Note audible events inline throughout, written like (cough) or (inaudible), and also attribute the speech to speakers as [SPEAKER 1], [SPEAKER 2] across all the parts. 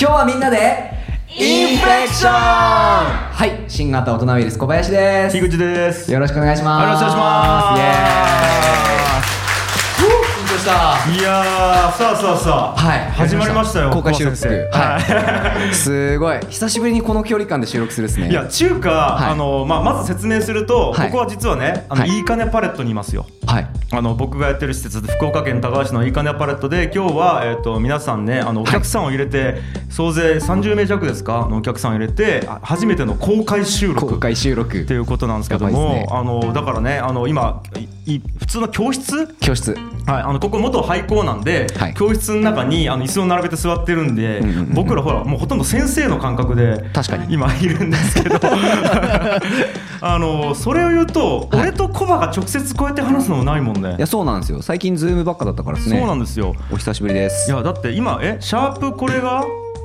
[SPEAKER 1] 今日はみんなで
[SPEAKER 2] インフレクション
[SPEAKER 1] はい新型大人ウイルス小林です
[SPEAKER 2] 樋口です
[SPEAKER 1] よろしくお願いします
[SPEAKER 2] よろしくお願いします
[SPEAKER 1] イエーイふう緊張した
[SPEAKER 2] いやーさあさあさあ
[SPEAKER 1] はい
[SPEAKER 2] 始まりましたよ
[SPEAKER 1] 公開収録
[SPEAKER 2] 小川先生
[SPEAKER 1] はいすごい久しぶりにこの距離感で収録するですね
[SPEAKER 2] いや中華、
[SPEAKER 1] はい
[SPEAKER 2] あのまあ、まず説明すると、
[SPEAKER 1] はい
[SPEAKER 2] ここは実はねあの、
[SPEAKER 1] はい
[SPEAKER 2] い、いかねパレットにいますよ
[SPEAKER 1] はい
[SPEAKER 2] あの僕がやってる施設福岡県高橋市のいいかねパレットで今日は、えー、と皆さんねあのお客さんを入れて、総勢30名弱ですかあのお客さんを入れてあ初めての公開収録
[SPEAKER 1] 公開収録
[SPEAKER 2] っていうことなんですけど
[SPEAKER 1] やば
[SPEAKER 2] も、
[SPEAKER 1] いですね
[SPEAKER 2] あのだからねあの今いい普通の教室
[SPEAKER 1] 教室
[SPEAKER 2] はい、あのここ元廃校なんで、
[SPEAKER 1] はい
[SPEAKER 2] 教室の中にあの椅子を並べて座ってるんで、
[SPEAKER 1] んうんうん
[SPEAKER 2] 僕らほらもうほとんど先生の感覚で
[SPEAKER 1] 確かに
[SPEAKER 2] 今いるんです
[SPEAKER 1] (laughs)
[SPEAKER 2] けどあのそれを言うと、
[SPEAKER 1] はい
[SPEAKER 2] 俺とコバが直接こうやって話すのもないもんね
[SPEAKER 1] いやそうなんですよ最近ズームばっかだったからです
[SPEAKER 2] そう
[SPEAKER 1] ね
[SPEAKER 2] なんですよ
[SPEAKER 1] お久しぶりです
[SPEAKER 2] いやだって今えシャープこれが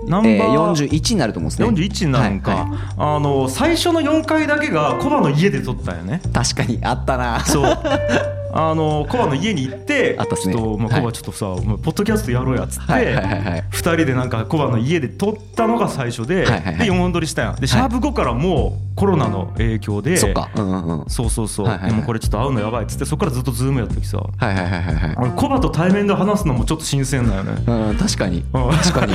[SPEAKER 2] ナンバ
[SPEAKER 1] えー、
[SPEAKER 2] ー、
[SPEAKER 1] 41になると思うんですね
[SPEAKER 2] 41なんか、
[SPEAKER 1] はいは
[SPEAKER 2] あの最初の4回だけがコバの家で撮ったよね
[SPEAKER 1] い確かにあったな
[SPEAKER 2] そう
[SPEAKER 1] (laughs)
[SPEAKER 2] あのコバの家に行って
[SPEAKER 1] あったっすね
[SPEAKER 2] ちょっと、まあ、コ
[SPEAKER 1] は
[SPEAKER 2] バ
[SPEAKER 1] い
[SPEAKER 2] ちょっとさ、もうポッドキャストやろうやっつって、
[SPEAKER 1] はいはいはいはい
[SPEAKER 2] 2人でなんかコバの家で撮ったのが最初で、
[SPEAKER 1] はいはいはい
[SPEAKER 2] で4本撮りしたやんでシャープ5からもうコロナの影響で、
[SPEAKER 1] そっかうんうんうん
[SPEAKER 2] そうそうそう、
[SPEAKER 1] はいはいはい
[SPEAKER 2] でもこれちょっと会うのやばいっつってそこからずっとズームやった時さ
[SPEAKER 1] はいはいはいはいはい
[SPEAKER 2] 俺コバと対面で話すのもちょっと新鮮だよね
[SPEAKER 1] うん確かに
[SPEAKER 2] うん
[SPEAKER 1] 確
[SPEAKER 2] (laughs)
[SPEAKER 1] かに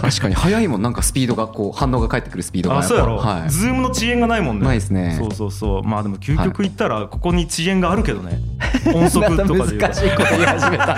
[SPEAKER 1] 確かに早いもんなんかスピードがこう反応が返ってくるスピードが
[SPEAKER 2] あそうやろ、
[SPEAKER 1] はい
[SPEAKER 2] ズームの遅延がないもんね
[SPEAKER 1] ないですね
[SPEAKER 2] そうそうそうまあでも究極言ったらここに遅延があるけど
[SPEAKER 1] (laughs)
[SPEAKER 2] ね、音速とかで言う
[SPEAKER 1] ま
[SPEAKER 2] と
[SPEAKER 1] た難しいこと言い始めた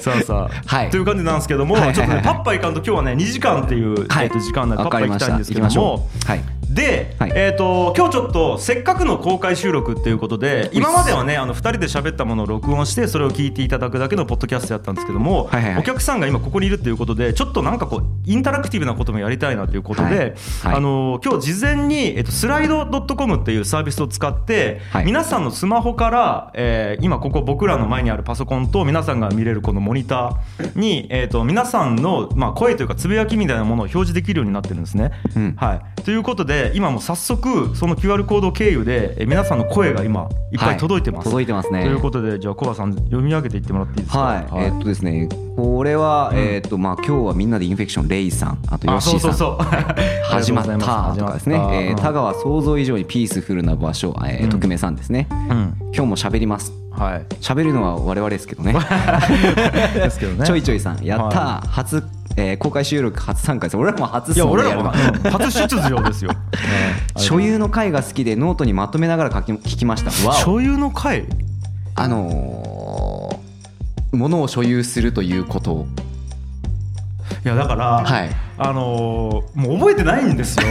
[SPEAKER 2] さあさあ、
[SPEAKER 1] はい
[SPEAKER 2] という感じなんですけども、
[SPEAKER 1] はいはいはい
[SPEAKER 2] ちょっとねパッパいかんと今日はね2時間っていう、
[SPEAKER 1] はい
[SPEAKER 2] えっと時間内でパ
[SPEAKER 1] わ
[SPEAKER 2] ッパ
[SPEAKER 1] か
[SPEAKER 2] い
[SPEAKER 1] り
[SPEAKER 2] き
[SPEAKER 1] ました
[SPEAKER 2] いん
[SPEAKER 1] た行
[SPEAKER 2] ですけ
[SPEAKER 1] き
[SPEAKER 2] ど
[SPEAKER 1] ましょ
[SPEAKER 2] も
[SPEAKER 1] うはい
[SPEAKER 2] で、
[SPEAKER 1] はい
[SPEAKER 2] えっ、と今日ちょっとせっかくの公開収録っていうことで今まではねあの2人で喋ったものを録音してそれを聞いていただくだけのポッドキャストやったんですけども、
[SPEAKER 1] はいはいはい
[SPEAKER 2] お客さんが今ここにいるっていうことでちょっとなんかこうインタラクティブなこともやりたいなということで、
[SPEAKER 1] はいはい
[SPEAKER 2] あの今日事前に、えっとスライド .com っていうサービスを使って、
[SPEAKER 1] はい
[SPEAKER 2] 皆さんのスマホから、えー今ここ僕らの前にあるパソコンと皆さんが見れるこのモニターに、えっと皆さんの、まあ、声というかつぶやきみたいなものを表示できるようになってるんですね。
[SPEAKER 1] うん
[SPEAKER 2] はい、ということで今もう早速その QR コード経由でえー皆さんの声が今いっぱい届いてます。
[SPEAKER 1] 届いてますね
[SPEAKER 2] ということでじゃあコバさん読み上げていってもらっていいですか。
[SPEAKER 1] はい、えーっとですねこれは、えーっとまあ今日はみんなでインフェクションレイさんあとヨッ
[SPEAKER 2] (laughs) あ
[SPEAKER 1] シ
[SPEAKER 2] そ
[SPEAKER 1] ー
[SPEAKER 2] う
[SPEAKER 1] さ
[SPEAKER 2] そ
[SPEAKER 1] ん
[SPEAKER 2] うそう。
[SPEAKER 1] 始まったとかですね、えー、田
[SPEAKER 2] が
[SPEAKER 1] 川想像以上にピースフルな場所、えー
[SPEAKER 2] うん
[SPEAKER 1] 匿名さんですね、
[SPEAKER 2] うん
[SPEAKER 1] 今日も喋ります
[SPEAKER 2] はい。
[SPEAKER 1] 喋るのは我々ですけど
[SPEAKER 2] (laughs)
[SPEAKER 1] ね (laughs)
[SPEAKER 2] ですけどね。
[SPEAKER 1] ちょいちょいさんやったー、
[SPEAKER 2] は
[SPEAKER 1] 初、えー公開収録初参加です俺らも初っ
[SPEAKER 2] い
[SPEAKER 1] す
[SPEAKER 2] や
[SPEAKER 1] もんね
[SPEAKER 2] 俺らも
[SPEAKER 1] やるの
[SPEAKER 2] うん初出
[SPEAKER 1] (laughs)
[SPEAKER 2] 場ですよ。
[SPEAKER 1] 所有の回が好きでノートにまとめながら書き聞きましたわお
[SPEAKER 2] 所有の会
[SPEAKER 1] あのー、物を所有するということを
[SPEAKER 2] いやだから、
[SPEAKER 1] はい
[SPEAKER 2] あのー、もう覚えてない
[SPEAKER 1] (laughs)
[SPEAKER 2] んですよ。 (laughs)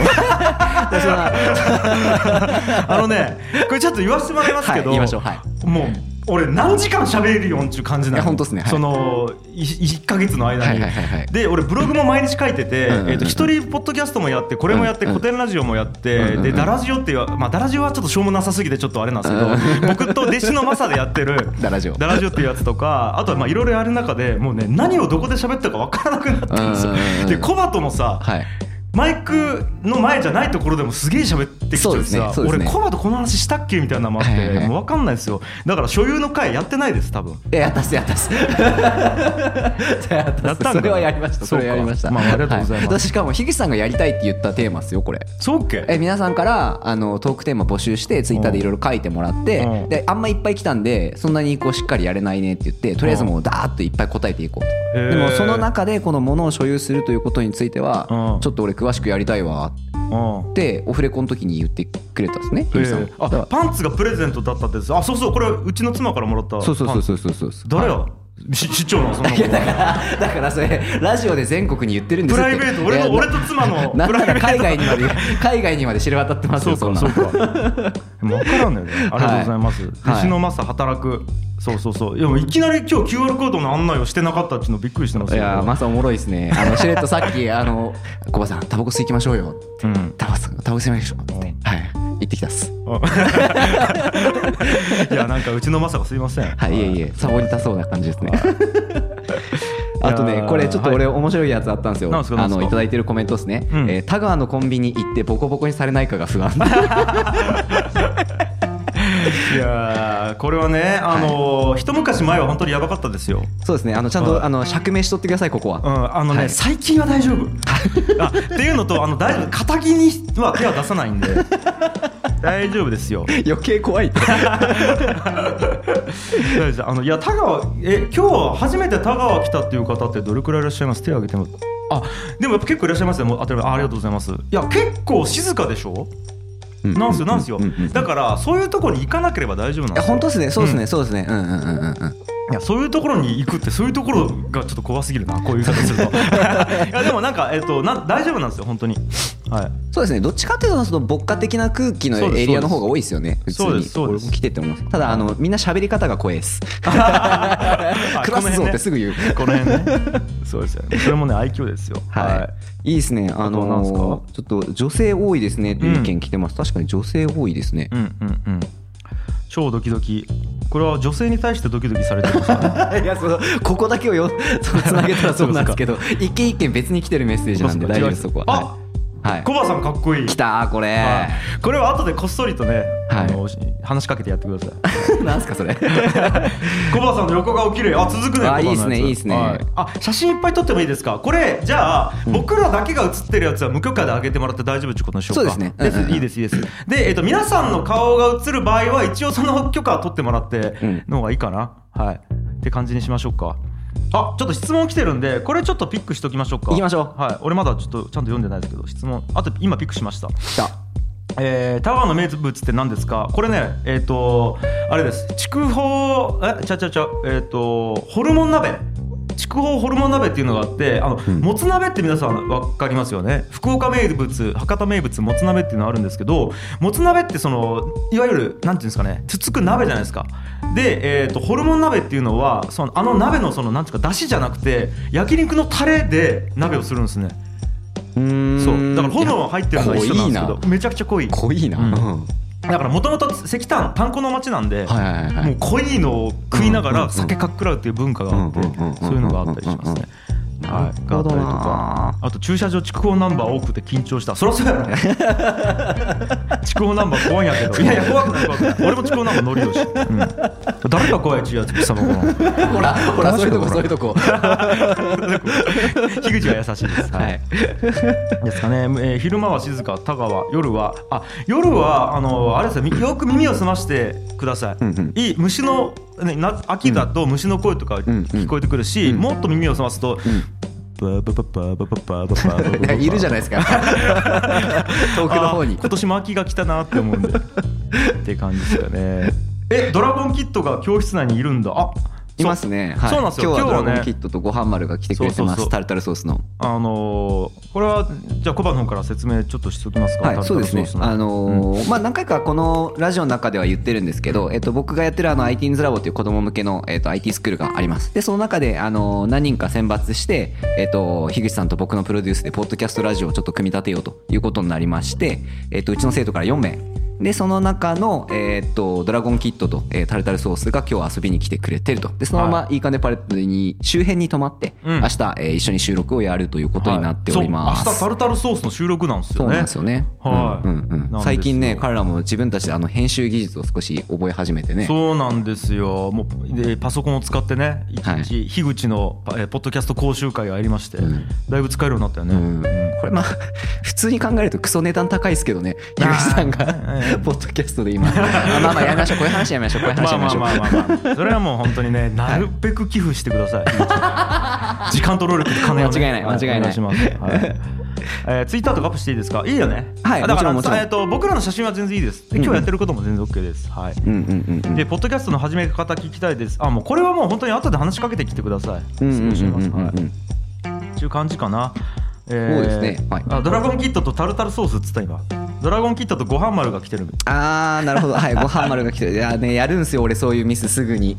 [SPEAKER 2] あのねこれちょっと言わせてもらいます
[SPEAKER 1] は
[SPEAKER 2] け
[SPEAKER 1] い
[SPEAKER 2] ど。
[SPEAKER 1] 言いましょうはい
[SPEAKER 2] もう俺何時間喋れるよんっちゅう感じないの
[SPEAKER 1] や本当っすねはい
[SPEAKER 2] そのい1か月の間
[SPEAKER 1] は
[SPEAKER 2] に、
[SPEAKER 1] いはいはいはい
[SPEAKER 2] で俺ブログも毎日書いてて
[SPEAKER 1] うんうんうん
[SPEAKER 2] えっと一人ポッドキャストもやってこれもやって
[SPEAKER 1] うんうん
[SPEAKER 2] 古典ラジオもやって、
[SPEAKER 1] うんうんうん
[SPEAKER 2] でダラジオっていうまあダラジオはちょっとしょうもなさすぎてちょっとあれなんですけど、僕と弟子のマサでやってる
[SPEAKER 1] ダラジオ
[SPEAKER 2] ダラジオっていうやつとかあとはまあいろいろやる中でもうね何をどこで喋ったか分からなくなったんですよ
[SPEAKER 1] うんうんうんう。ん
[SPEAKER 2] でコバともさ、
[SPEAKER 1] はい
[SPEAKER 2] マイクの前じゃないところでもすげえ喋ってきちゃ
[SPEAKER 1] そう
[SPEAKER 2] う
[SPEAKER 1] で
[SPEAKER 2] し
[SPEAKER 1] すね
[SPEAKER 2] さ
[SPEAKER 1] そうですね
[SPEAKER 2] 俺コバとこの話したっけみたいなのもあっ
[SPEAKER 1] はいはいは
[SPEAKER 2] て
[SPEAKER 1] い
[SPEAKER 2] もう分かんないですよだから所有の会やってないです多分
[SPEAKER 1] えやったっすやったっすやった
[SPEAKER 2] (laughs)
[SPEAKER 1] っ
[SPEAKER 2] やっ
[SPEAKER 1] す
[SPEAKER 2] たんだ
[SPEAKER 1] それはやりましたそれはやりました、
[SPEAKER 2] そうかまあありがとうございます
[SPEAKER 1] はしかも樋口さんがやりたいって言ったテーマっすよこれ
[SPEAKER 2] そうっけ
[SPEAKER 1] え皆さんからあのトークテーマ募集してツイッターでいろいろ書いてもらって、
[SPEAKER 2] うん
[SPEAKER 1] であんまいっぱい来たんでそんなにこうしっかりやれないねって言ってとりあえずもうダーッといっぱい答えていこうと、
[SPEAKER 2] へー
[SPEAKER 1] でもその中でこのものを所有するということについては、
[SPEAKER 2] うん
[SPEAKER 1] ちょっと俺詳しくやりたいわ
[SPEAKER 2] うん
[SPEAKER 1] ってオフレコの時に言ってくれたんですね
[SPEAKER 2] え
[SPEAKER 1] 樋口さん、
[SPEAKER 2] ーあパンツがプレゼントだったってですあそうそうこれうちの妻からもらった
[SPEAKER 1] そうそう
[SPEAKER 2] パンツ
[SPEAKER 1] そうそうそうそう
[SPEAKER 2] 誰
[SPEAKER 1] は
[SPEAKER 2] よ市長なのそんなの
[SPEAKER 1] いいやだからだからそれラジオで全国に言ってるんで
[SPEAKER 2] プ
[SPEAKER 1] すって
[SPEAKER 2] ライベート俺
[SPEAKER 1] いや
[SPEAKER 2] の俺と妻の
[SPEAKER 1] な
[SPEAKER 2] プ
[SPEAKER 1] なん
[SPEAKER 2] ライ
[SPEAKER 1] なら
[SPEAKER 2] ベート
[SPEAKER 1] 海外にまで海外にまで知れ渡ってます
[SPEAKER 2] そう
[SPEAKER 1] よそん
[SPEAKER 2] か
[SPEAKER 1] な
[SPEAKER 2] そ
[SPEAKER 1] の
[SPEAKER 2] うかもう分からんのよねありがとうございます
[SPEAKER 1] はい
[SPEAKER 2] 西のマサ働くそうそうそういやもういきなり今日 QR コードの案内をしてなかったっていうのびっくりしてます
[SPEAKER 1] い
[SPEAKER 2] よ
[SPEAKER 1] やーマサおもろいですね
[SPEAKER 2] (laughs)
[SPEAKER 1] あのしれっとさっきあの「コバさんタバコ吸いきましょうよ」
[SPEAKER 2] うん
[SPEAKER 1] タバコ吸タバコ吸いましょう」って
[SPEAKER 2] うん
[SPEAKER 1] はい行ってきたっす
[SPEAKER 2] (laughs) いやなんかうちのマサがすいません。
[SPEAKER 1] はいいえいえサボりたそうな感じ (laughs) ですねあと
[SPEAKER 2] いや
[SPEAKER 1] ね
[SPEAKER 2] ー
[SPEAKER 1] これちょっと俺面白いやつあったんですよ
[SPEAKER 2] なんすかな
[SPEAKER 1] あ
[SPEAKER 2] んすか
[SPEAKER 1] のいただいてるコメントですね、
[SPEAKER 2] うん
[SPEAKER 1] えー田川のコンビニ行ってボコボコにされないかが不安」
[SPEAKER 2] いやーこれはね、あのー一昔前は本当にやばかったですよ。
[SPEAKER 1] (laughs) そうですねあのちゃん
[SPEAKER 2] はい
[SPEAKER 1] とあの釈明しとってくださいここ
[SPEAKER 2] う
[SPEAKER 1] は、
[SPEAKER 2] ん、あのね、
[SPEAKER 1] はい
[SPEAKER 2] 最近は大丈夫あっていうのとあの大丈夫敵には手は出さない
[SPEAKER 1] (laughs)
[SPEAKER 2] んで大丈夫ですよ
[SPEAKER 1] 余計怖いって
[SPEAKER 2] 大丈夫ですあのいや田川え今日初めて田川来たっていう方ってどれくらいいらっしゃいます手挙げてもあでもやっぱ結構いらっしゃいますねもう当たり前あありがとうございますいや結構静かでしょ (laughs) なんすよなんすよ
[SPEAKER 1] うんうんうん
[SPEAKER 2] だからそういうところに行かなければ大丈夫なん
[SPEAKER 1] いや
[SPEAKER 2] ですよ
[SPEAKER 1] 本当ですねそうですね、そうですねうんうんうんうんうん
[SPEAKER 2] いやそういうところに行くってそういうところがちょっと怖すぎるなこういう言い方す
[SPEAKER 1] (laughs)
[SPEAKER 2] るといやでもなんかえっとな大丈夫なんですよ本当にはい
[SPEAKER 1] (laughs) そうですねどっちかというとその牧歌的な空気の
[SPEAKER 2] そうです
[SPEAKER 1] エリアの方が多いですよね普通
[SPEAKER 2] そうで
[SPEAKER 1] に
[SPEAKER 2] すそうです
[SPEAKER 1] 俺も来てって思いますただあのみんな喋り方が怖い (laughs) です
[SPEAKER 2] あ
[SPEAKER 1] クラスぞ
[SPEAKER 2] この辺ね
[SPEAKER 1] ってすぐ言う
[SPEAKER 2] この辺
[SPEAKER 1] (laughs)
[SPEAKER 2] ねそうですよねそれもね愛嬌ですよ
[SPEAKER 1] はい、いいですね、あ
[SPEAKER 2] とは何
[SPEAKER 1] の
[SPEAKER 2] すか
[SPEAKER 1] ーちょっと女性多いですねという意見来てます、確かに女性多いですね
[SPEAKER 2] う、んうんうん超ドキドキこれは女性に対してドキドキされてるんですか
[SPEAKER 1] (laughs)
[SPEAKER 2] ね
[SPEAKER 1] (laughs) いやそのここだけを (laughs) よつなげたらそうなんですけど、一件一件別に来てるメッセージなんで、大丈夫です、そこは。はいはい、
[SPEAKER 2] コバさんかっこいい
[SPEAKER 1] 来たー、これ、
[SPEAKER 2] はいこれは後でこっそりとね、
[SPEAKER 1] はい
[SPEAKER 2] あの話しかけてやってください
[SPEAKER 1] なんすか、 (laughs) それ。
[SPEAKER 2] コバさんの横顔綺麗あ続くね
[SPEAKER 1] あ
[SPEAKER 2] コバさんのやつ
[SPEAKER 1] いいっすねいいっすね
[SPEAKER 2] はあ写真いっぱい撮ってもいいですかこれじゃあ、僕らだけが写ってるやつは無許可で上げてもらって大丈夫っていうことでしょうか
[SPEAKER 1] そうですねうんうんうん
[SPEAKER 2] いいですいいですで、えっと皆さんの顔が写る場合は一応その許可取ってもらって
[SPEAKER 1] うん
[SPEAKER 2] の方がいいかな、はいって感じにしましょうかあちょっと質問来てるんでこれちょっとピックしときましょうか
[SPEAKER 1] 行きましょ
[SPEAKER 2] はい俺まだちょっとちゃんと読んでないですけど質問あと今ピックしました
[SPEAKER 1] 来た。
[SPEAKER 2] えー、タワーの名物って何ですかこれねえっ、とあれです筑豊えちゃうちゃうちゃうえっ、とホルモン鍋筑豊ホルモン鍋っていうのがあってあの、
[SPEAKER 1] ん
[SPEAKER 2] もつ鍋って皆さん分かりますよね福岡名物博多名物もつ鍋っていうのがあるんですけどもつ鍋ってそのいわゆるなんていうんですかねつつく鍋じゃないですかで、えー、とホルモン鍋っていうのはそのあの鍋のそのなんていうかだしじゃなくて焼肉のタレで鍋をするんですね
[SPEAKER 1] うーん
[SPEAKER 2] そうだからホルモン入ってるのは一緒なんですけど
[SPEAKER 1] 濃い
[SPEAKER 2] めちゃくちゃ濃い
[SPEAKER 1] 濃いな。
[SPEAKER 2] うん
[SPEAKER 1] うん
[SPEAKER 2] だからもともと石炭炭鉱の町なん
[SPEAKER 1] は
[SPEAKER 2] で、
[SPEAKER 1] いはいは
[SPEAKER 2] も
[SPEAKER 1] い。
[SPEAKER 2] う濃いのを食いなが
[SPEAKER 1] うんうん
[SPEAKER 2] ら
[SPEAKER 1] うん
[SPEAKER 2] 酒かっくらうっていう文化があって
[SPEAKER 1] うんうんうんうん
[SPEAKER 2] そういうのがあったりしますね。はい、があったりとかあと駐車場筑豊ナンバー多くて緊張したそりゃそうやろ
[SPEAKER 1] (laughs)
[SPEAKER 2] 筑豊ナンバー怖いんやけどいやいや怖くない怖くない俺も筑豊ナンバー乗りよし、うん、誰が怖いっちゅうやつ貴様この
[SPEAKER 1] (laughs) ほら、ほら、そういうとこ、そういうとこ。
[SPEAKER 2] 樋口は優しいです
[SPEAKER 1] はい。
[SPEAKER 2] ですかね、えー昼間は静か田川夜はあ夜はあのあれですよみよく耳を澄ましてください、
[SPEAKER 1] うんうん
[SPEAKER 2] いい虫の、ね、な秋だと虫の声とか
[SPEAKER 1] ん
[SPEAKER 2] 聞こえてくるし、
[SPEAKER 1] うん
[SPEAKER 2] もっと耳を澄ますと、ババババババババババ
[SPEAKER 1] いや
[SPEAKER 2] バ
[SPEAKER 1] (laughs) いるじゃない
[SPEAKER 2] (laughs)
[SPEAKER 1] ですか。遠くの方
[SPEAKER 2] あ
[SPEAKER 1] に
[SPEAKER 2] ー。今年も秋が来たなって思うんでって感じですかねえドラゴンキッドが教室内にいるんだあ
[SPEAKER 1] います
[SPEAKER 2] ね
[SPEAKER 1] ね。
[SPEAKER 2] そうなんですよ
[SPEAKER 1] 今日は
[SPEAKER 2] 今日はね
[SPEAKER 1] ドラゴンキットとご飯丸が来てくれて
[SPEAKER 2] そう
[SPEAKER 1] ま
[SPEAKER 2] そうそ
[SPEAKER 1] す。
[SPEAKER 2] う
[SPEAKER 1] タルタルソースの。
[SPEAKER 2] あのーこれはじゃあコバの方から説明ちょっとしておきますか
[SPEAKER 1] はい、そうですね。あのーまあ何回かこのラジオの中では言ってるんですけど、えっと僕がやってるあの IT インズラボという子供向けのえっと IT スクールがあります。でその中であのー何人か選抜して、えっと樋口さんと僕のプロデュースでポッドキャストラジオをちょっと組み立てようということになりまして、えっとうちの生徒から4名。でその中の、えっとドラゴンキットと、えータルタルソースが今日遊びに来てくれてるとでそのままいいかねパレットに周辺に泊まって、
[SPEAKER 2] うん
[SPEAKER 1] 明日、えー一緒に収録をやるということになっております。
[SPEAKER 2] はいそう明日タルタルソースの収録なんです
[SPEAKER 1] そ
[SPEAKER 2] よ
[SPEAKER 1] う
[SPEAKER 2] ね
[SPEAKER 1] なんですよね。
[SPEAKER 2] はい
[SPEAKER 1] うんうんうん
[SPEAKER 2] なんですよ
[SPEAKER 1] 最近ね、彼らも自分たちであの編集技術を少し覚え始めてね。
[SPEAKER 2] そうなんですよもうでパソコンを使ってね一
[SPEAKER 1] はい
[SPEAKER 2] 日樋口のえーポッドキャスト講習会がやりまして、
[SPEAKER 1] うん
[SPEAKER 2] だいぶ使えるようになったよね、
[SPEAKER 1] うんこれ (laughs) まあ普通に考えるとクソ値段高いですけどね、ゆうさんが
[SPEAKER 2] あー
[SPEAKER 1] ポッドキャストで
[SPEAKER 2] (laughs)
[SPEAKER 1] 今、あまあまあやめましょう、こういう話やめましょう、こういう
[SPEAKER 2] ま
[SPEAKER 1] 話
[SPEAKER 2] あ
[SPEAKER 1] やめま
[SPEAKER 2] ま
[SPEAKER 1] しょ
[SPEAKER 2] あ
[SPEAKER 1] う。
[SPEAKER 2] まあまあまあ、それはもう本当
[SPEAKER 1] (laughs)
[SPEAKER 2] にねなるべく寄付してください樋口に、時間と労力と金をね、
[SPEAKER 1] 間違いない間違いない
[SPEAKER 2] お願します、はいえー、ツイッターとかアップしていいですかいいよね
[SPEAKER 1] はい
[SPEAKER 2] あだから
[SPEAKER 1] もちろんもちろん
[SPEAKER 2] えー、と僕らの写真は全然いいですで今日やってることも全然 OK です、はい
[SPEAKER 1] うんうんうんうん
[SPEAKER 2] で、ポッドキャストの始め方聞きたいです。あ、もうこれはもう本当に後で話しかけてきてください。
[SPEAKER 1] うんうんうん
[SPEAKER 2] そう
[SPEAKER 1] うん
[SPEAKER 2] し
[SPEAKER 1] う
[SPEAKER 2] ます
[SPEAKER 1] んう
[SPEAKER 2] はい
[SPEAKER 1] ん
[SPEAKER 2] っていう感じかな。え
[SPEAKER 1] そうですねはい
[SPEAKER 2] あドラゴンキットとタルタルソースっつった今ドラゴンキットとご飯丸が来てる
[SPEAKER 1] あーなるほどはいご飯丸が来ていやねやるんすよ俺そういうミスすぐ
[SPEAKER 2] (laughs)
[SPEAKER 1] に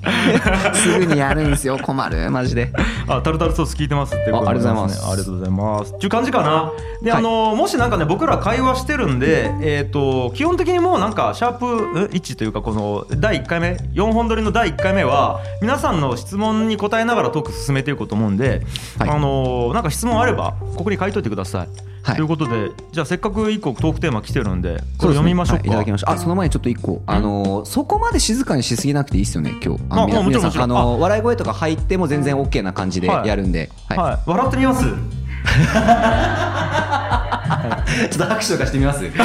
[SPEAKER 1] すぐにやるんすよ困るマジで
[SPEAKER 2] あタルタルソース聞いてますってこと
[SPEAKER 1] あありがとうございます
[SPEAKER 2] ねありがとうございますっていう感じかなで、
[SPEAKER 1] はい
[SPEAKER 2] あのもしなんかね僕ら会話してるんでえっ、と基本的にもうなんかシャープえ1というかこの第1回目4本撮りの第1回目は皆さんの質問に答えながらトーク進めていこうと思うんで、
[SPEAKER 1] はい
[SPEAKER 2] あのなんか質問あればここに書いといてください
[SPEAKER 1] はい
[SPEAKER 2] ということでじゃあせっかく一個トークテーマ来てるんでこれ読みましょうか、
[SPEAKER 1] はいいただきましょうあその前にちょっと一個あのーそこまで静かにしすぎなくていいですよね今日
[SPEAKER 2] まあ
[SPEAKER 1] の皆
[SPEAKER 2] まあもちろ
[SPEAKER 1] 皆
[SPEAKER 2] んもち
[SPEAKER 1] さん
[SPEAKER 2] ろ
[SPEAKER 1] あ
[SPEAKER 2] ん
[SPEAKER 1] のー笑い声とか入っても全然 OK な感じで
[SPEAKER 2] はい
[SPEAKER 1] やるんではい
[SPEAKER 2] はい、笑ってみます
[SPEAKER 1] ちょっと拍手とかしてみ
[SPEAKER 2] (laughs)
[SPEAKER 1] ます。イエーイあ、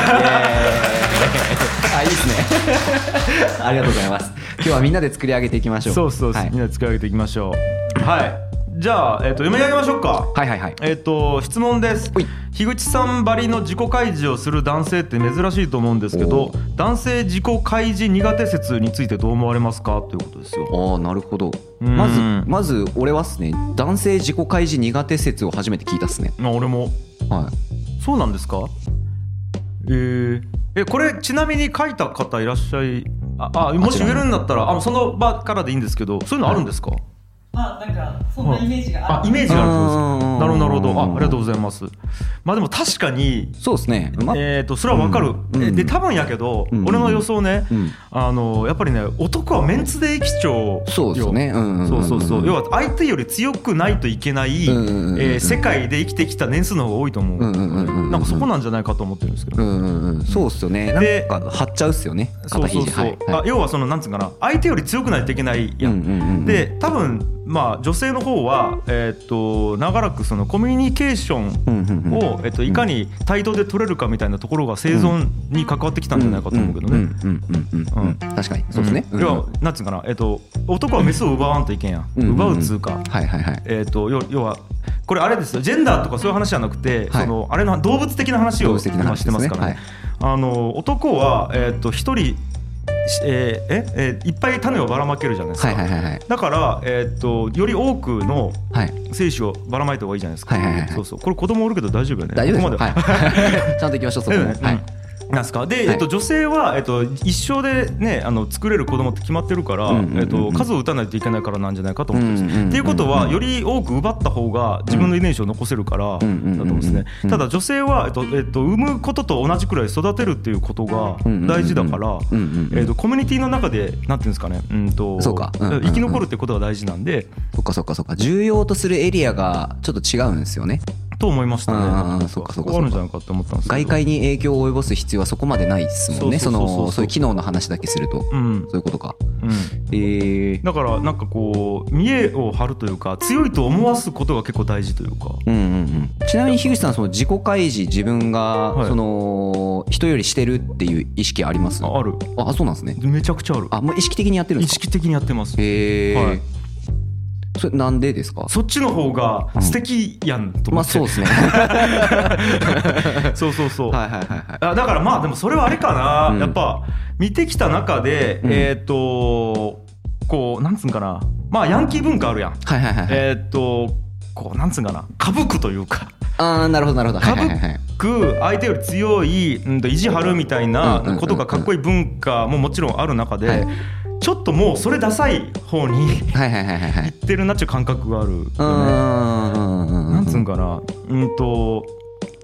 [SPEAKER 1] いいですね。 (laughs) ありがとうございます。今日はみんなで作り上げていきましょう。
[SPEAKER 2] そうそうそう、
[SPEAKER 1] はい
[SPEAKER 2] みん、なで作り上げていきましょうはいじゃあ、えっと読み上げましょうか
[SPEAKER 1] はいはいはい。
[SPEAKER 2] えっ、と質問です
[SPEAKER 1] ほい
[SPEAKER 2] 樋口さんばりの自己開示をする男性って珍しいと思うんですけ
[SPEAKER 1] お
[SPEAKER 2] ど男性自己開示苦手説についてどう思われますかということですよ
[SPEAKER 1] ああ、なるほど。
[SPEAKER 2] うん
[SPEAKER 1] まず、まず俺はっすね、男性自己開示苦手説を初めて聞いたっすね。
[SPEAKER 2] まあ俺も
[SPEAKER 1] は
[SPEAKER 2] そうなんですかえー、えこれちなみに書いた方いらっしゃいああもし
[SPEAKER 1] あちら
[SPEAKER 2] 言
[SPEAKER 1] に
[SPEAKER 2] えるんだったらあその場からでいいんですけどそういうのあるんですか、
[SPEAKER 3] まあなんかそんなイメージがあ
[SPEAKER 2] あイ
[SPEAKER 3] る
[SPEAKER 2] メージがあるってことです
[SPEAKER 1] うん
[SPEAKER 2] かなるほどなるほどあありがとう
[SPEAKER 1] う
[SPEAKER 2] ございますまあでも確かに
[SPEAKER 1] そうですね。ま、
[SPEAKER 2] えー、とそれはわかる、
[SPEAKER 1] うん
[SPEAKER 2] えで多分やけど、
[SPEAKER 1] うん
[SPEAKER 2] 俺の予想ね、
[SPEAKER 1] うん
[SPEAKER 2] あのやっぱりね男はメンツで駅長
[SPEAKER 1] そうですよね。うんうんんん
[SPEAKER 2] そうそうそう要は相手より強くないといけない、
[SPEAKER 1] うんうんうんうん
[SPEAKER 2] えー世界で生きてきた年数の方が多いと思う,、
[SPEAKER 1] うんうんうんうんうん
[SPEAKER 2] なんかそこなんじゃないかと思ってるんですけど、
[SPEAKER 1] うんうんうん。そうっすよね。
[SPEAKER 2] で
[SPEAKER 1] なんか張っちゃうっすよね。
[SPEAKER 2] そ
[SPEAKER 1] 肩
[SPEAKER 2] うそ
[SPEAKER 1] 肘
[SPEAKER 2] うそう、
[SPEAKER 1] はいはい
[SPEAKER 2] あ要はそのなんつうかな相手より強くないといけないやん、
[SPEAKER 1] うんうんうんうん
[SPEAKER 2] で多分まあ女性の方は、えー、と長らくそのコミュニケーション
[SPEAKER 1] うんうんうん
[SPEAKER 2] を、えっと、いかに対等で取れるかみたいなところが生存に関わってきたんじゃないかと思うけどね。
[SPEAKER 1] うんうんうんうんうん
[SPEAKER 2] うん
[SPEAKER 1] 確かにそうですね。
[SPEAKER 2] うん要はなんつうかな、えっと、男はメスを奪わんといけんや、
[SPEAKER 1] うんうんうん
[SPEAKER 2] 奪うっつうか、
[SPEAKER 1] はいはいはい。
[SPEAKER 2] えっと、要要はこれあれですよジェンダーとかそういう話じゃなくて、
[SPEAKER 1] はい
[SPEAKER 2] そのあれの動物的な話
[SPEAKER 1] 動
[SPEAKER 2] を
[SPEAKER 1] 物的な
[SPEAKER 2] 今
[SPEAKER 1] 話
[SPEAKER 2] し
[SPEAKER 1] です
[SPEAKER 2] てます
[SPEAKER 1] ね。
[SPEAKER 2] から、
[SPEAKER 1] はい。
[SPEAKER 2] あの男は、えっと、一人、しえーええーいっぱい種をばらまけるじゃないですか、
[SPEAKER 1] はいはいはいはい。
[SPEAKER 2] だから、えっと、より多くの
[SPEAKER 1] はい。
[SPEAKER 2] 精子をばらまいた方がいいじゃないですか、
[SPEAKER 1] はいはいはいはい
[SPEAKER 2] そうそうこれ子供おるけど大丈夫よね
[SPEAKER 1] 大丈夫です
[SPEAKER 2] こ
[SPEAKER 1] よ。
[SPEAKER 2] こまは
[SPEAKER 1] はい。ち (laughs) ゃんと行きましょう。そこも
[SPEAKER 2] だよね
[SPEAKER 1] はい。
[SPEAKER 2] うんなんすかで、
[SPEAKER 1] はい
[SPEAKER 2] えっと、女性は、えっと、一生で、ね、あの作れる子供って決まってるから、
[SPEAKER 1] うんうんうんうん
[SPEAKER 2] えっと、数を打たないといけないからなんじゃないかと思ってます。
[SPEAKER 1] うんうんうんうん
[SPEAKER 2] っていうことはより多く奪った方が自分の遺伝子を残せるからだと
[SPEAKER 1] んうんうんうん
[SPEAKER 2] 思うんですね
[SPEAKER 1] うん
[SPEAKER 2] ただ女性は、えっとえっと、産むことと同じくらい育てるっていうことが大事だから
[SPEAKER 1] うんうんうんうん
[SPEAKER 2] えっとコミュニティの中でなんていうんですかね、うん、と
[SPEAKER 1] そうかうんうんうん
[SPEAKER 2] 生き残るってことが大事なんで
[SPEAKER 1] そっかそっかそっか。重要とするエリアがちょっと違うんですよね。
[SPEAKER 2] と思いましたね
[SPEAKER 1] うんうんうん
[SPEAKER 2] そこ
[SPEAKER 1] そうかそうか
[SPEAKER 2] あるんじゃないかって思ったんですけど
[SPEAKER 1] 外界に影響を及ぼす必要はそこまでないですもんね。
[SPEAKER 2] そ
[SPEAKER 1] そう
[SPEAKER 2] そうそうそう
[SPEAKER 1] のそういう機能の話だけすると、
[SPEAKER 2] うんうん
[SPEAKER 1] そういうことか。ええ。
[SPEAKER 2] だからなんかこう見栄を張るというか強いと思わすことが結構大事というか
[SPEAKER 1] うんうんうん、ちなみに樋口さんその自己開示自分が、
[SPEAKER 2] はい
[SPEAKER 1] その人よりしてるっていう意識あります
[SPEAKER 2] あある
[SPEAKER 1] あそうなんですね
[SPEAKER 2] めちゃくちゃある
[SPEAKER 1] あもう意識的にやってるん
[SPEAKER 2] 意
[SPEAKER 1] ですか
[SPEAKER 2] 識的にやってます
[SPEAKER 1] へえ、
[SPEAKER 2] はい
[SPEAKER 1] それなんでですか
[SPEAKER 2] そっちの方が素敵やんと
[SPEAKER 1] まあ
[SPEAKER 2] 思って、
[SPEAKER 1] そうですね
[SPEAKER 2] (laughs) そうそうそう、
[SPEAKER 1] はいはいはいはい
[SPEAKER 2] あだからまあでもそれはあれかな、
[SPEAKER 1] うん
[SPEAKER 2] やっぱ見てきた中で、
[SPEAKER 1] うん
[SPEAKER 2] えっ、とこうなんつうんかなまあヤンキー文化あるやん、
[SPEAKER 1] はいはいはいはい、
[SPEAKER 2] えっ、とこうなんつうんかなかぶくというか
[SPEAKER 1] ああなるほどなるほどはいはいはいはい
[SPEAKER 2] く相手より強い、うん、と意地張るみたい
[SPEAKER 1] うんうんうん
[SPEAKER 2] な
[SPEAKER 1] うん
[SPEAKER 2] ことがかっこいい文化ももちろんある中で、
[SPEAKER 1] はい
[SPEAKER 2] ちょっともうそれダサい方に
[SPEAKER 1] はいはいはいはいはい
[SPEAKER 2] 行ってるな (laughs) っていう感覚があるよね、
[SPEAKER 1] うーん
[SPEAKER 2] なんつうんかなうんと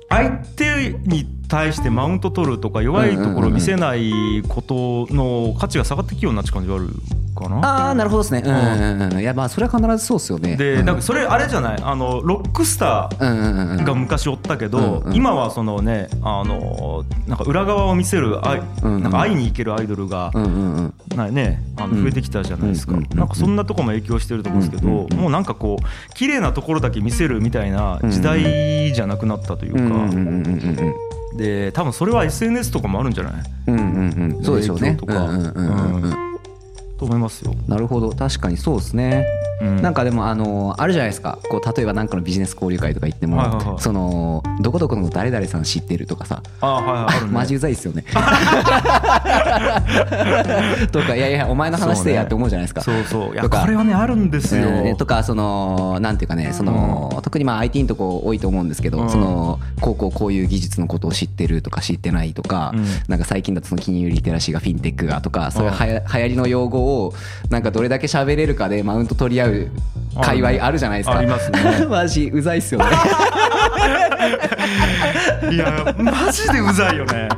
[SPEAKER 2] 相手に対してマウント取るとか弱いところを見せないことの価値が下がってきようなって感じがあるかな。
[SPEAKER 1] ああなるほどですねうんうんうんうんいやまあそれは必ずそうですよね
[SPEAKER 2] で
[SPEAKER 1] うん
[SPEAKER 2] なんかそれあれじゃないあのロックスター
[SPEAKER 1] うんうんうんうん
[SPEAKER 2] が昔おったけど、
[SPEAKER 1] うんうん
[SPEAKER 2] 今はそのねあのなんか裏側を見せる愛、
[SPEAKER 1] うんうん
[SPEAKER 2] なんか愛に行けるアイドルが、
[SPEAKER 1] うんうんうん
[SPEAKER 2] なねあ
[SPEAKER 1] うん
[SPEAKER 2] の増えてきたじゃないですか、
[SPEAKER 1] うんうんうん
[SPEAKER 2] なんかそんなとこも影響してると思うんですけど、
[SPEAKER 1] うんうんうん
[SPEAKER 2] もうなんかこう綺麗なところだけ見せるみたいな時代じゃなくなったというか、
[SPEAKER 1] うんうんうんうんうんうん
[SPEAKER 2] で多分それは SNS とかもあるんじゃない
[SPEAKER 1] うんうんうんそうでしょうね
[SPEAKER 2] 影響とか
[SPEAKER 1] うんうんうんうんうん
[SPEAKER 2] と思いますよ。
[SPEAKER 1] なるほど確かにそうですね
[SPEAKER 2] うん
[SPEAKER 1] なんかでもあのーあるじゃないですかこう例えばなんかのビジネス交流会とか行って
[SPEAKER 2] はいはいは
[SPEAKER 1] も
[SPEAKER 2] い
[SPEAKER 1] そのどこどこの誰々さん知ってるとかさ
[SPEAKER 2] あはいはいあるね。
[SPEAKER 1] (laughs) マジうざいっすよ
[SPEAKER 2] (laughs)
[SPEAKER 1] ね。とかいやいやお前の話せえやって思うじゃないですか。
[SPEAKER 2] そうそういや
[SPEAKER 1] とか
[SPEAKER 2] これはねあるんですよ。
[SPEAKER 1] うんとかそのなんていうかねその、特にまあ IT のとこ多いと思うんですけど、
[SPEAKER 2] うん
[SPEAKER 1] そのこうこうこういう技術のことを知ってるとか知ってないとか、
[SPEAKER 2] うん
[SPEAKER 1] なんか最近だとその金融リテラシーがフィンテックがとかそういう
[SPEAKER 2] うん
[SPEAKER 1] はや流行りの用語をなんかどれだけ喋れるかでマウント取り合う界隈あるじゃないですか。
[SPEAKER 2] ありますね
[SPEAKER 1] (laughs) マジうざいっすよね。 (laughs)
[SPEAKER 2] いやマジでうざいよね。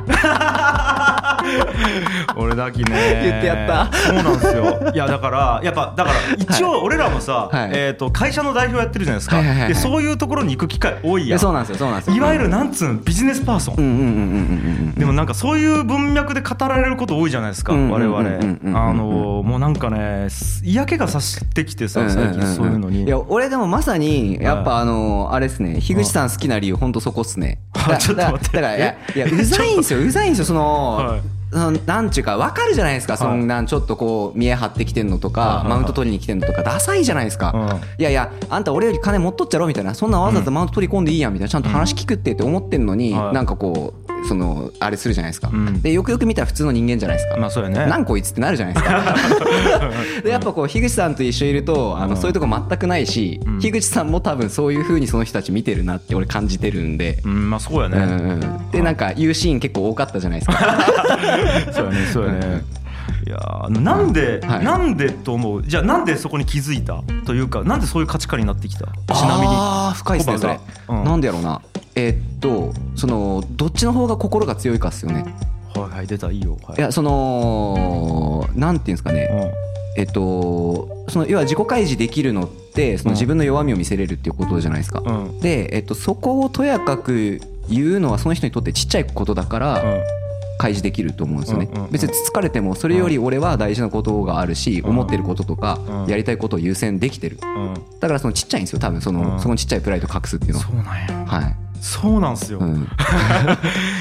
[SPEAKER 2] 俺だきね
[SPEAKER 1] 言ってやった
[SPEAKER 2] そうなんです
[SPEAKER 1] (laughs)
[SPEAKER 2] よいやだからやっぱだから一応俺らもさ、
[SPEAKER 1] はい
[SPEAKER 2] えー、と会社の代表やってるじゃないですか、
[SPEAKER 1] はいはいはいはい
[SPEAKER 2] でそういうところに行く機会多 (laughs) い
[SPEAKER 1] い
[SPEAKER 2] や
[SPEAKER 1] や
[SPEAKER 2] ん
[SPEAKER 1] そうなんですよそうなんですよ
[SPEAKER 2] いわゆるなんつうのビジネスパーソン、
[SPEAKER 1] うんうんうんうんうんうん
[SPEAKER 2] でもなんかそういう文脈で語られること多いじゃないですか、
[SPEAKER 1] うん
[SPEAKER 2] 我々、
[SPEAKER 1] うんうんうんうんうん
[SPEAKER 2] あのもうなんかねす嫌気がさしてきてさ最近そういうのに、
[SPEAKER 1] いや俺でもまさにやっぱあのあれですね樋口さん好きな理由ほんとそこっすね
[SPEAKER 2] あ
[SPEAKER 1] だ
[SPEAKER 2] ちょっと待って
[SPEAKER 1] だからだからいやいやうざいんですようざいんですよそ
[SPEAKER 2] は
[SPEAKER 1] の
[SPEAKER 2] い
[SPEAKER 1] そのなんちゅうか分かるじゃないですか
[SPEAKER 2] い
[SPEAKER 1] そんなんちょっとこう見え張ってきてんのと
[SPEAKER 2] はいはい
[SPEAKER 1] か
[SPEAKER 2] はい
[SPEAKER 1] マウント取りに来てんのとかダサいじゃないです
[SPEAKER 2] うん
[SPEAKER 1] かいやいやあんた俺より金持っとっちゃろみたいなそんなんわざわざマウント取り込んでいいやんみたいなちゃんと話聞くってって思ってんのに
[SPEAKER 2] はい
[SPEAKER 1] なんかこうそのあれするじゃないですか
[SPEAKER 2] うん
[SPEAKER 1] でよくよく見たら普通の人間じゃないですか
[SPEAKER 2] まあそうやね (laughs)
[SPEAKER 1] なんこいつってなるじゃないですか (laughs) でやっぱこう樋口さんと一緒にいるとあの、
[SPEAKER 2] うん
[SPEAKER 1] そういうとこ全くないし、
[SPEAKER 2] うん
[SPEAKER 1] 樋口さんも多分そういう風にその人たち見てるなって俺感じてるんで、
[SPEAKER 2] うんまあそうや
[SPEAKER 1] うん
[SPEAKER 2] ね、
[SPEAKER 1] うんでなんか言うシーン結構多かったじゃないですか
[SPEAKER 2] そうやねそうやねいやーなんで、
[SPEAKER 1] はい
[SPEAKER 2] なんでと思うじゃあなんでそこに気づいたというかなんでそういう価値観になってきた
[SPEAKER 1] (laughs)
[SPEAKER 2] ちなみに
[SPEAKER 1] あー深いですね
[SPEAKER 2] コ
[SPEAKER 1] そ
[SPEAKER 2] バ
[SPEAKER 1] れ
[SPEAKER 2] が、うん
[SPEAKER 1] なんでやろうなえーっとそのどっちの方が心が強いかっすよね
[SPEAKER 2] はいはい出たいいよ、はい
[SPEAKER 1] やそのなんていうんですかねえっとその要は自己開示できるのってその自分の弱みを見せれるっていうことじゃないですか、
[SPEAKER 2] うんうん
[SPEAKER 1] で、えっと、そこをとやかく言うのはその人にとってちっちゃいことだから開示できると思うんですよね、
[SPEAKER 2] うんうんうん
[SPEAKER 1] 別につつかれてもそれより俺は大事なことがあるし、
[SPEAKER 2] うん
[SPEAKER 1] 思ってることと
[SPEAKER 2] う
[SPEAKER 1] か
[SPEAKER 2] ん
[SPEAKER 1] やりたいことを優先できてる
[SPEAKER 2] うんうん
[SPEAKER 1] だからそのちっちゃいんですよ多分その、
[SPEAKER 2] うん
[SPEAKER 1] そのちっちゃいプライド隠すっていうのは
[SPEAKER 2] そうなんや
[SPEAKER 1] はい、
[SPEAKER 2] そうなんすよ、
[SPEAKER 1] うん、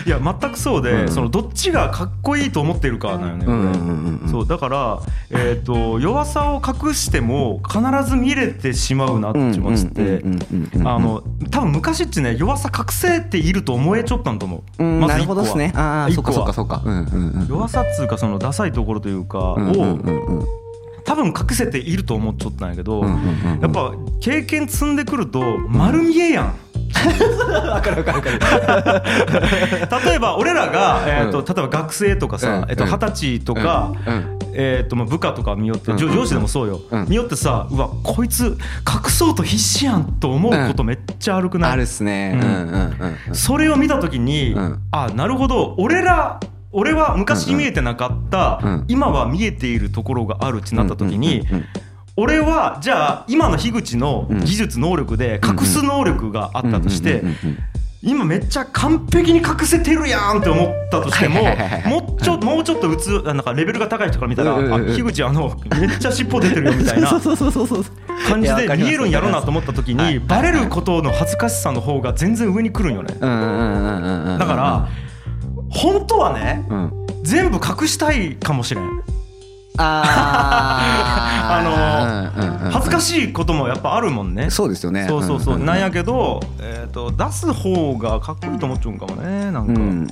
[SPEAKER 2] いや全くそうで、
[SPEAKER 1] うん
[SPEAKER 2] そのどっちがかっこいいと思ってるかだよね、
[SPEAKER 1] うんうん
[SPEAKER 2] 俺
[SPEAKER 1] うんうん
[SPEAKER 2] そうだから、えー、と弱さを隠しても必ず見れてしまうなって思ってて
[SPEAKER 1] うんうんうんうんうん
[SPEAKER 2] あの多分昔ってね弱さ隠せていると思えちょったんと思う、
[SPEAKER 1] うん
[SPEAKER 2] まず
[SPEAKER 1] なる
[SPEAKER 2] 一個
[SPEAKER 1] ほどです
[SPEAKER 2] は、
[SPEAKER 1] ねああ
[SPEAKER 2] 一
[SPEAKER 1] そっ
[SPEAKER 2] 個
[SPEAKER 1] かそっ
[SPEAKER 2] は
[SPEAKER 1] かそっかうんうんうん
[SPEAKER 2] 弱さっつうかそのダサいところというかを、
[SPEAKER 1] うんうんうんうん
[SPEAKER 2] 多分隠せていると思っちゃったんやけど、
[SPEAKER 1] うんうんうん
[SPEAKER 2] やっぱ経験積んでくると丸見えやん。 (laughs) 例えば俺らが、えーと
[SPEAKER 1] うん
[SPEAKER 2] 例えば学生とかさ、
[SPEAKER 1] うん
[SPEAKER 2] えーと
[SPEAKER 1] うん
[SPEAKER 2] 二十歳とか、
[SPEAKER 1] うん
[SPEAKER 2] えーとまあ、部下とか見よって、
[SPEAKER 1] うん
[SPEAKER 2] 上上司でもそうよ、
[SPEAKER 1] うん
[SPEAKER 2] 見よってさうわこいつ隠そうと必死やんと思うことめっちゃあるくない、
[SPEAKER 1] あるっすね
[SPEAKER 2] う
[SPEAKER 1] うんんうんうんうん
[SPEAKER 2] それを見た時に、
[SPEAKER 1] うん
[SPEAKER 2] あなるほど俺ら俺は昔見えてなかった、
[SPEAKER 1] うん
[SPEAKER 2] 今は見えているところがあるってなった時に、
[SPEAKER 1] うんうんうん
[SPEAKER 2] 俺はじゃあ今の樋口の
[SPEAKER 1] うん
[SPEAKER 2] 技術能力で隠す能力があったとして
[SPEAKER 1] うんうんうんうん
[SPEAKER 2] 今めっちゃ完璧に隠せてるやんって思ったとしても
[SPEAKER 1] はいはいはいはい
[SPEAKER 2] もうちょもうちょっとうつなんかレベルが高い人から見たら
[SPEAKER 1] うんうん
[SPEAKER 2] あ
[SPEAKER 1] うん
[SPEAKER 2] 樋口あのめっちゃ尻尾出てるよみたいな
[SPEAKER 1] (laughs) そうそうそうそうそう
[SPEAKER 2] 感
[SPEAKER 1] い
[SPEAKER 2] じ
[SPEAKER 1] やわ
[SPEAKER 2] で
[SPEAKER 1] かります
[SPEAKER 2] 見えるんやろうなと思った時
[SPEAKER 1] はい
[SPEAKER 2] にバレることの恥ずかしさの方が全然上に来るんよね
[SPEAKER 1] うんうんうんうんうんうん
[SPEAKER 2] だから本当はね
[SPEAKER 1] うん
[SPEAKER 2] 全部隠したいかもしれん (laughs)
[SPEAKER 1] あーうんうんうん
[SPEAKER 2] 恥ずかしいこともやっぱあるもんね
[SPEAKER 1] そうですよね
[SPEAKER 2] そうそうそう、
[SPEAKER 1] んんん
[SPEAKER 2] なんやけど、えー、と出す方がかっこいいと思っちゃうんかもねなんか、
[SPEAKER 1] うん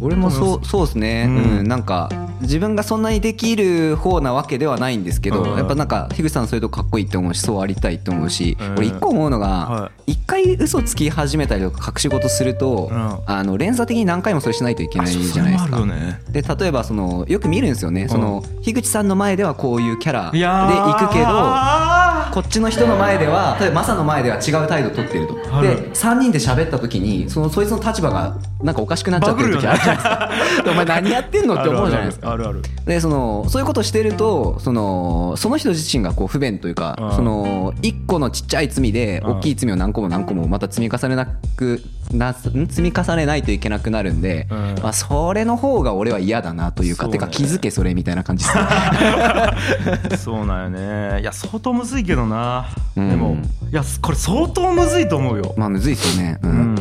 [SPEAKER 1] 俺も
[SPEAKER 2] 思い
[SPEAKER 1] そうそうですね、
[SPEAKER 2] う
[SPEAKER 1] うんんなんか自分がそんなにできる方なわけではないんですけど、
[SPEAKER 2] うん
[SPEAKER 1] やっぱなんか樋口さんそういうとこかっこいいって思うしそうありたいって思うし、
[SPEAKER 2] うん
[SPEAKER 1] 俺一個思うの
[SPEAKER 2] は
[SPEAKER 1] が一、回嘘つき始めたりとか隠し事すると、
[SPEAKER 2] うん
[SPEAKER 1] あの連鎖的に何回もそれしないといけ
[SPEAKER 2] あ
[SPEAKER 1] ない
[SPEAKER 2] そう
[SPEAKER 1] じゃないです
[SPEAKER 2] それも
[SPEAKER 1] か
[SPEAKER 2] あ。るよね
[SPEAKER 1] で例えばそのよく見るんですよね、その樋口さんの前ではこういうキャラ
[SPEAKER 2] い
[SPEAKER 1] で
[SPEAKER 2] やー
[SPEAKER 1] 行くけど
[SPEAKER 2] あ
[SPEAKER 1] こっちの人の前では例えばマサの前では違う態度を取ってるとで
[SPEAKER 2] ある
[SPEAKER 1] 3人で喋った時にそのそいつの立場がなんかおかしくなっちゃってる時あるじゃないですか、でお前何やってんの
[SPEAKER 2] ー
[SPEAKER 1] って思うじゃないですか
[SPEAKER 2] あるあ (laughs) る
[SPEAKER 1] でそのそういうことしてるとそのその人自身がこう不便というか、
[SPEAKER 2] うん
[SPEAKER 1] その1個のちっちゃい罪で
[SPEAKER 2] うん
[SPEAKER 1] 大きい罪を何個も何個もまた積み重ねなくなん積み重ねないといけなくなるんで、
[SPEAKER 2] うん
[SPEAKER 1] まあ、それの方が俺は嫌だなというか
[SPEAKER 2] そうね
[SPEAKER 1] てか気づけそれみたいな感じ
[SPEAKER 2] (laughs)
[SPEAKER 1] ですね
[SPEAKER 2] あるそうなんよねいや相当むずいけどな、
[SPEAKER 1] うん
[SPEAKER 2] でもいやこれ相当むずいと思うよ
[SPEAKER 1] まあむずいですよね、う
[SPEAKER 2] うんん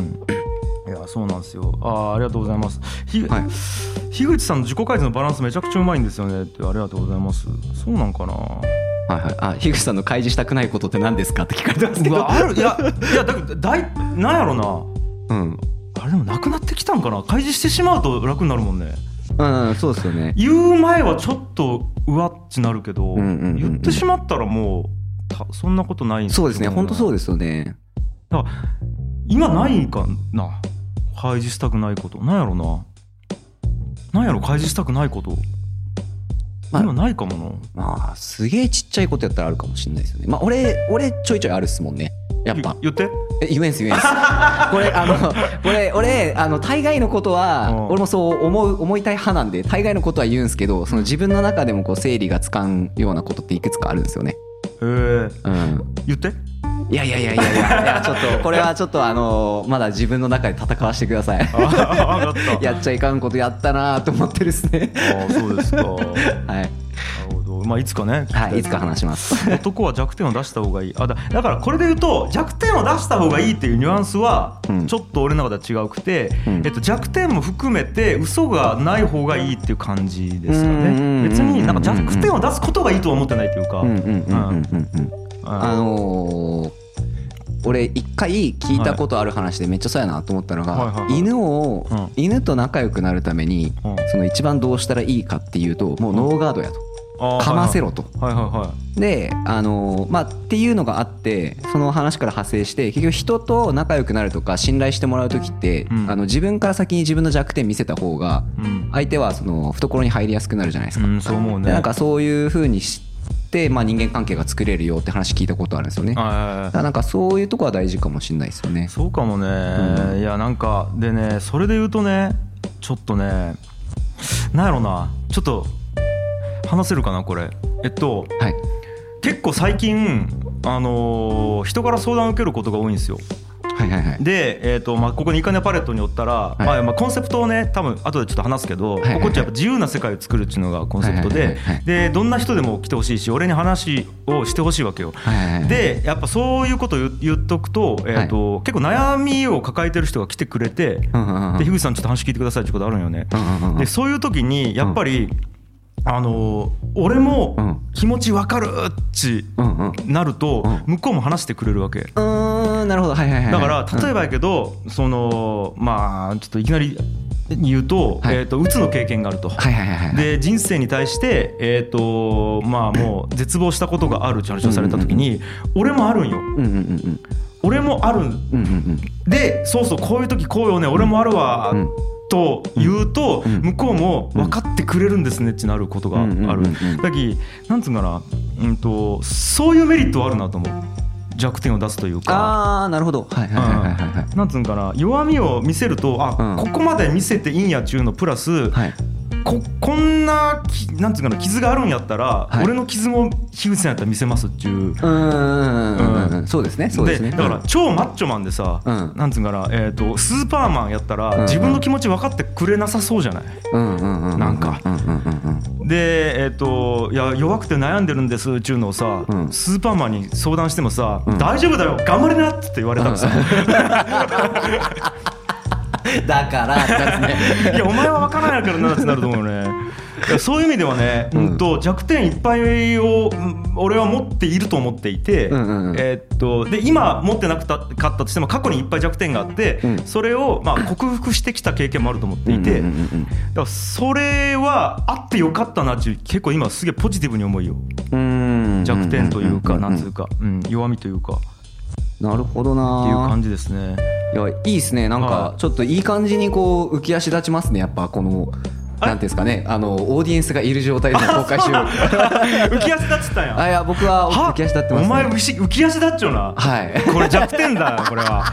[SPEAKER 2] いやそうなんですよあーありがとうございますひ、
[SPEAKER 1] はい
[SPEAKER 2] 樋口さんの自己開示のバランスめちゃくちゃうまいんですよねってありがとうございますそうなんかな
[SPEAKER 1] はいはい、あ樋口さんの開示したくないことって何ですかって聞かれてますけ
[SPEAKER 2] う
[SPEAKER 1] ど
[SPEAKER 2] わあ
[SPEAKER 1] (laughs)
[SPEAKER 2] るいやいやだだいなんやろな
[SPEAKER 1] うん、
[SPEAKER 2] あれでもなくなってきたんかな開示してしまうと楽になるもんね
[SPEAKER 1] うん、そうですよね
[SPEAKER 2] 言う前はちょっとうわっちなるけど、
[SPEAKER 1] うんうんうんうん
[SPEAKER 2] 言ってしまったらもうたそんなことないん
[SPEAKER 1] そうですね本当そう
[SPEAKER 2] う
[SPEAKER 1] ですよね
[SPEAKER 2] 今ないんかな開示したくないことなんやろななんやろ開示したくないこと、
[SPEAKER 1] まあ
[SPEAKER 2] 今ないかもな
[SPEAKER 1] まあすげえちっちゃいことやったらあるかもしれないですよねまあ俺俺ちょいちょいあるっすもんねや (laughs) っぱ
[SPEAKER 2] 言って
[SPEAKER 1] え言えんす言えんすこれあのこれ俺あの大概のことは、
[SPEAKER 2] うん
[SPEAKER 1] 俺もそう思う思いたい派なんで大概のことは言うんすけどその自分の中でもこう整理がつかんようなことっていくつかあるんですよね
[SPEAKER 2] えー、
[SPEAKER 1] うん
[SPEAKER 2] 言って
[SPEAKER 1] いやいやいやいやいやいやちょっとこれはちょっとあのまだ自分の中で戦わせてください
[SPEAKER 2] あ分かった
[SPEAKER 1] やっちゃいかんことやったなと思ってるっす
[SPEAKER 2] (laughs)
[SPEAKER 1] ね
[SPEAKER 2] ああそうですかな
[SPEAKER 1] はい、
[SPEAKER 2] るほどまあいつかね
[SPEAKER 1] はい、いつか話します
[SPEAKER 2] 男は弱点を出した方がいいあだだからこれで言うと弱点を出した方がいいっていうニュアンスは
[SPEAKER 1] うん
[SPEAKER 2] ちょっと俺の中では違うくて、
[SPEAKER 1] うん
[SPEAKER 2] えっと、弱点も含めて嘘がない方がいいっていう感じですか
[SPEAKER 1] うんうんうんうん
[SPEAKER 2] ね別になんか弱点を出すことがいいとは思ってないというか、
[SPEAKER 1] う
[SPEAKER 2] うんん
[SPEAKER 1] うんうんうんうんうんあのー俺一回聞いたことある話でめっちゃそうやなと思ったのが、
[SPEAKER 2] はいはいはい
[SPEAKER 1] 犬を、
[SPEAKER 2] うん
[SPEAKER 1] 犬と仲良くなるために
[SPEAKER 2] うん
[SPEAKER 1] その一番どうしたらいいかっていうともうノーガードやと、
[SPEAKER 2] あー
[SPEAKER 1] かませろと。
[SPEAKER 2] はいはいは
[SPEAKER 1] であのーまあっていうのがあってその話から派生して結局人と仲良くなるとか信頼してもらう時って、
[SPEAKER 2] うん
[SPEAKER 1] あの自分から先に自分の弱点見せた方が
[SPEAKER 2] いはい、うん
[SPEAKER 1] 相手はその懐に入りやすくなるじゃないですか。
[SPEAKER 2] うん、そう思う
[SPEAKER 1] で
[SPEAKER 2] ね
[SPEAKER 1] なんかそういう風にして、まあ、人間関係が作れるよって話聞いたことあるんですよね。
[SPEAKER 2] あ
[SPEAKER 1] だからなんかそういうとこは大事かもしれないですよね。
[SPEAKER 2] そうかもね、いやなんかでねそれで言うとねちょっとねなんやろなちょっと話せるかなこれえっと
[SPEAKER 1] はい。
[SPEAKER 2] 結構最近あのー人から相談を受けることが多いんですよ
[SPEAKER 1] はいはいはい。
[SPEAKER 2] で、えーとまあ、ここに「いかねパレット」によったら、
[SPEAKER 1] い
[SPEAKER 2] まあまあ、コンセプトをね多分後でちょっと話すけど、
[SPEAKER 1] いはいはい
[SPEAKER 2] ここっちはやっぱ自由な世界を作るっていうのがコンセプトで、
[SPEAKER 1] はいはいはいはい
[SPEAKER 2] でどんな人でも来てほしいし俺に話をしてほしいわけよ、
[SPEAKER 1] はいはいはい、
[SPEAKER 2] でやっぱそういうことを言言っとくと,、えーと結構悩みを抱えてる人が来てくれて、
[SPEAKER 1] うんうんうん、
[SPEAKER 2] で樋口さんちょっと話聞いてくださいってことあるんよね。
[SPEAKER 1] うんうんうんうん
[SPEAKER 2] でそういう時にやっぱり、あのー俺
[SPEAKER 1] う
[SPEAKER 2] も
[SPEAKER 1] ん
[SPEAKER 2] 気持ちわかるっち
[SPEAKER 1] うんうん。う
[SPEAKER 2] なると
[SPEAKER 1] うん
[SPEAKER 2] 向こうも話してくれるわけ。
[SPEAKER 1] ーん、なるほど。はいはいはい。
[SPEAKER 2] だから例え
[SPEAKER 1] ば、
[SPEAKER 2] ばやけど、そのまあちょっといきなり言うと,、
[SPEAKER 1] はい
[SPEAKER 2] えー、とうつの経験があると。
[SPEAKER 1] はいはいはいはい。
[SPEAKER 2] で人生に対して、えーとまあ、もう絶望したことがあるって話をされた時に、俺もあるんよ
[SPEAKER 1] うんうんうんうん。
[SPEAKER 2] 俺もあるん
[SPEAKER 1] うんうんうん。
[SPEAKER 2] でそうそうこういう時こうよね俺もあるわ、
[SPEAKER 1] うん
[SPEAKER 2] と言うと、
[SPEAKER 1] うん
[SPEAKER 2] 向こうも分かってくれるんですねってなることがあ
[SPEAKER 1] う
[SPEAKER 2] る、
[SPEAKER 1] んうんうんうん
[SPEAKER 2] だきなんつうんかな、うん、とそういうメリットはあるなと思う弱点を出すというか。
[SPEAKER 1] ああ、なるほど。はいはいはいはいはいはい。
[SPEAKER 2] なんつうんかな弱みを見せるとあ、
[SPEAKER 1] うん
[SPEAKER 2] ここまで見せていいんやっちゅうのプラス、
[SPEAKER 1] はい。
[SPEAKER 2] ここんなきなんつうんかな傷があるんやったら、
[SPEAKER 1] はい
[SPEAKER 2] 俺の傷も樋口さんやったら見せますっちゅう
[SPEAKER 1] うーんうんうんうん。そうですね。そうですね。
[SPEAKER 2] だから超マッチョマンでさ、
[SPEAKER 1] うん
[SPEAKER 2] なんつうんかな、えー、とスーパーマンやったら、
[SPEAKER 1] うん
[SPEAKER 2] 自分の気持ち分かってくれなさそうじゃない
[SPEAKER 1] うんうんうんうう
[SPEAKER 2] なんか
[SPEAKER 1] うんうんうんうん。
[SPEAKER 2] でえっ、といや弱くて悩んでるんですっちゅうのをさ、
[SPEAKER 1] うん
[SPEAKER 2] スーパーマンに相談してもさ、
[SPEAKER 1] うん
[SPEAKER 2] 大丈夫だよ頑張りなっつって言われたのさ、
[SPEAKER 1] だから、ですね。
[SPEAKER 2] いやお前は分からないからなってなると思うよねいやそういう意味ではね、
[SPEAKER 1] う
[SPEAKER 2] うんん、と弱点いっぱいをうん俺は持っていると思っていて、
[SPEAKER 1] うんうんうん
[SPEAKER 2] えーっとで今持ってなくたかったとしても過去にいっぱい弱点があって、
[SPEAKER 1] うん
[SPEAKER 2] それをまあ克服してきた経験もあると
[SPEAKER 1] (laughs)
[SPEAKER 2] 思っていて、
[SPEAKER 1] うんうんうんうん
[SPEAKER 2] だからそれはあってよかったなっていう結構今すげえポジティブに思うよ弱点というかなんつうか、うん、弱みというかっ
[SPEAKER 1] なるほどな
[SPEAKER 2] ていう感じです
[SPEAKER 1] (laughs)
[SPEAKER 2] ね。
[SPEAKER 1] いやいいですねなんか
[SPEAKER 2] は
[SPEAKER 1] ちょっといい感じにこう浮き足立ちますねやっぱこの
[SPEAKER 2] あ
[SPEAKER 1] なんていうんですかねあのオーディエンスがいる状
[SPEAKER 2] (laughs)
[SPEAKER 1] 態での公開収録
[SPEAKER 2] 浮き足立ってたんや。
[SPEAKER 1] あいや僕は
[SPEAKER 2] は
[SPEAKER 1] 浮き足立ってます
[SPEAKER 2] お前
[SPEAKER 1] ね
[SPEAKER 2] 浮し浮き足立っちゃうな。
[SPEAKER 1] はい (laughs)
[SPEAKER 2] (laughs) これ弱点だよこれは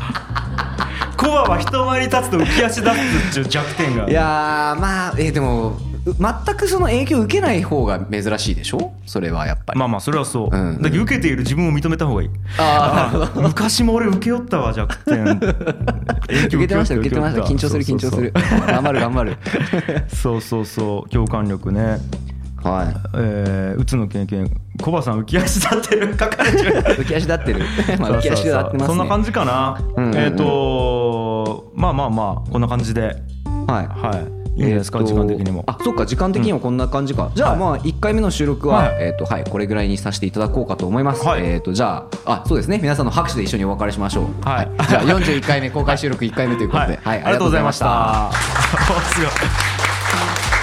[SPEAKER 2] コアは人前に立つと浮き足立つっていう弱点が
[SPEAKER 1] いやーまあえーでもう全くその影響受けない方が珍しいでしょそれはやっぱり、
[SPEAKER 2] まあまあそれはそう、
[SPEAKER 1] うん
[SPEAKER 2] だけど受けている自分を認めた方がいい
[SPEAKER 1] あ
[SPEAKER 2] (laughs)
[SPEAKER 1] ーなるほど
[SPEAKER 2] あ昔も俺受け負ったわ弱
[SPEAKER 1] (laughs)
[SPEAKER 2] 点影響
[SPEAKER 1] 受けてました
[SPEAKER 2] 負
[SPEAKER 1] 受けてました緊張する緊張する頑張る頑張
[SPEAKER 2] (laughs)
[SPEAKER 1] る
[SPEAKER 2] そうそうそう共感力ね
[SPEAKER 1] はい
[SPEAKER 2] えー、うつの経験コバさん浮き足立ってる書かれちゃう
[SPEAKER 1] 浮き足立って
[SPEAKER 2] (laughs)
[SPEAKER 1] る (laughs) まあ浮き足立ってますね
[SPEAKER 2] そんな感じかな、
[SPEAKER 1] うんうんうん
[SPEAKER 2] えっ、とまあまあまあこんな感じで
[SPEAKER 1] はい
[SPEAKER 2] はいいいんじゃないですか、時間的にも
[SPEAKER 1] あそっか時間的にもこんな感じか、じゃあまあ1回目の収録は、
[SPEAKER 2] はい
[SPEAKER 1] えっ、とはいこれぐらいにさせていただこうかと思います、
[SPEAKER 2] はい
[SPEAKER 1] えっ、とじゃああそうですね皆さんの拍手で一緒にお別れしましょう
[SPEAKER 2] はい
[SPEAKER 1] じゃあ41回目公開収録1回目ということで、はいありがとうございました (laughs)
[SPEAKER 2] ありがとうございましたおすごい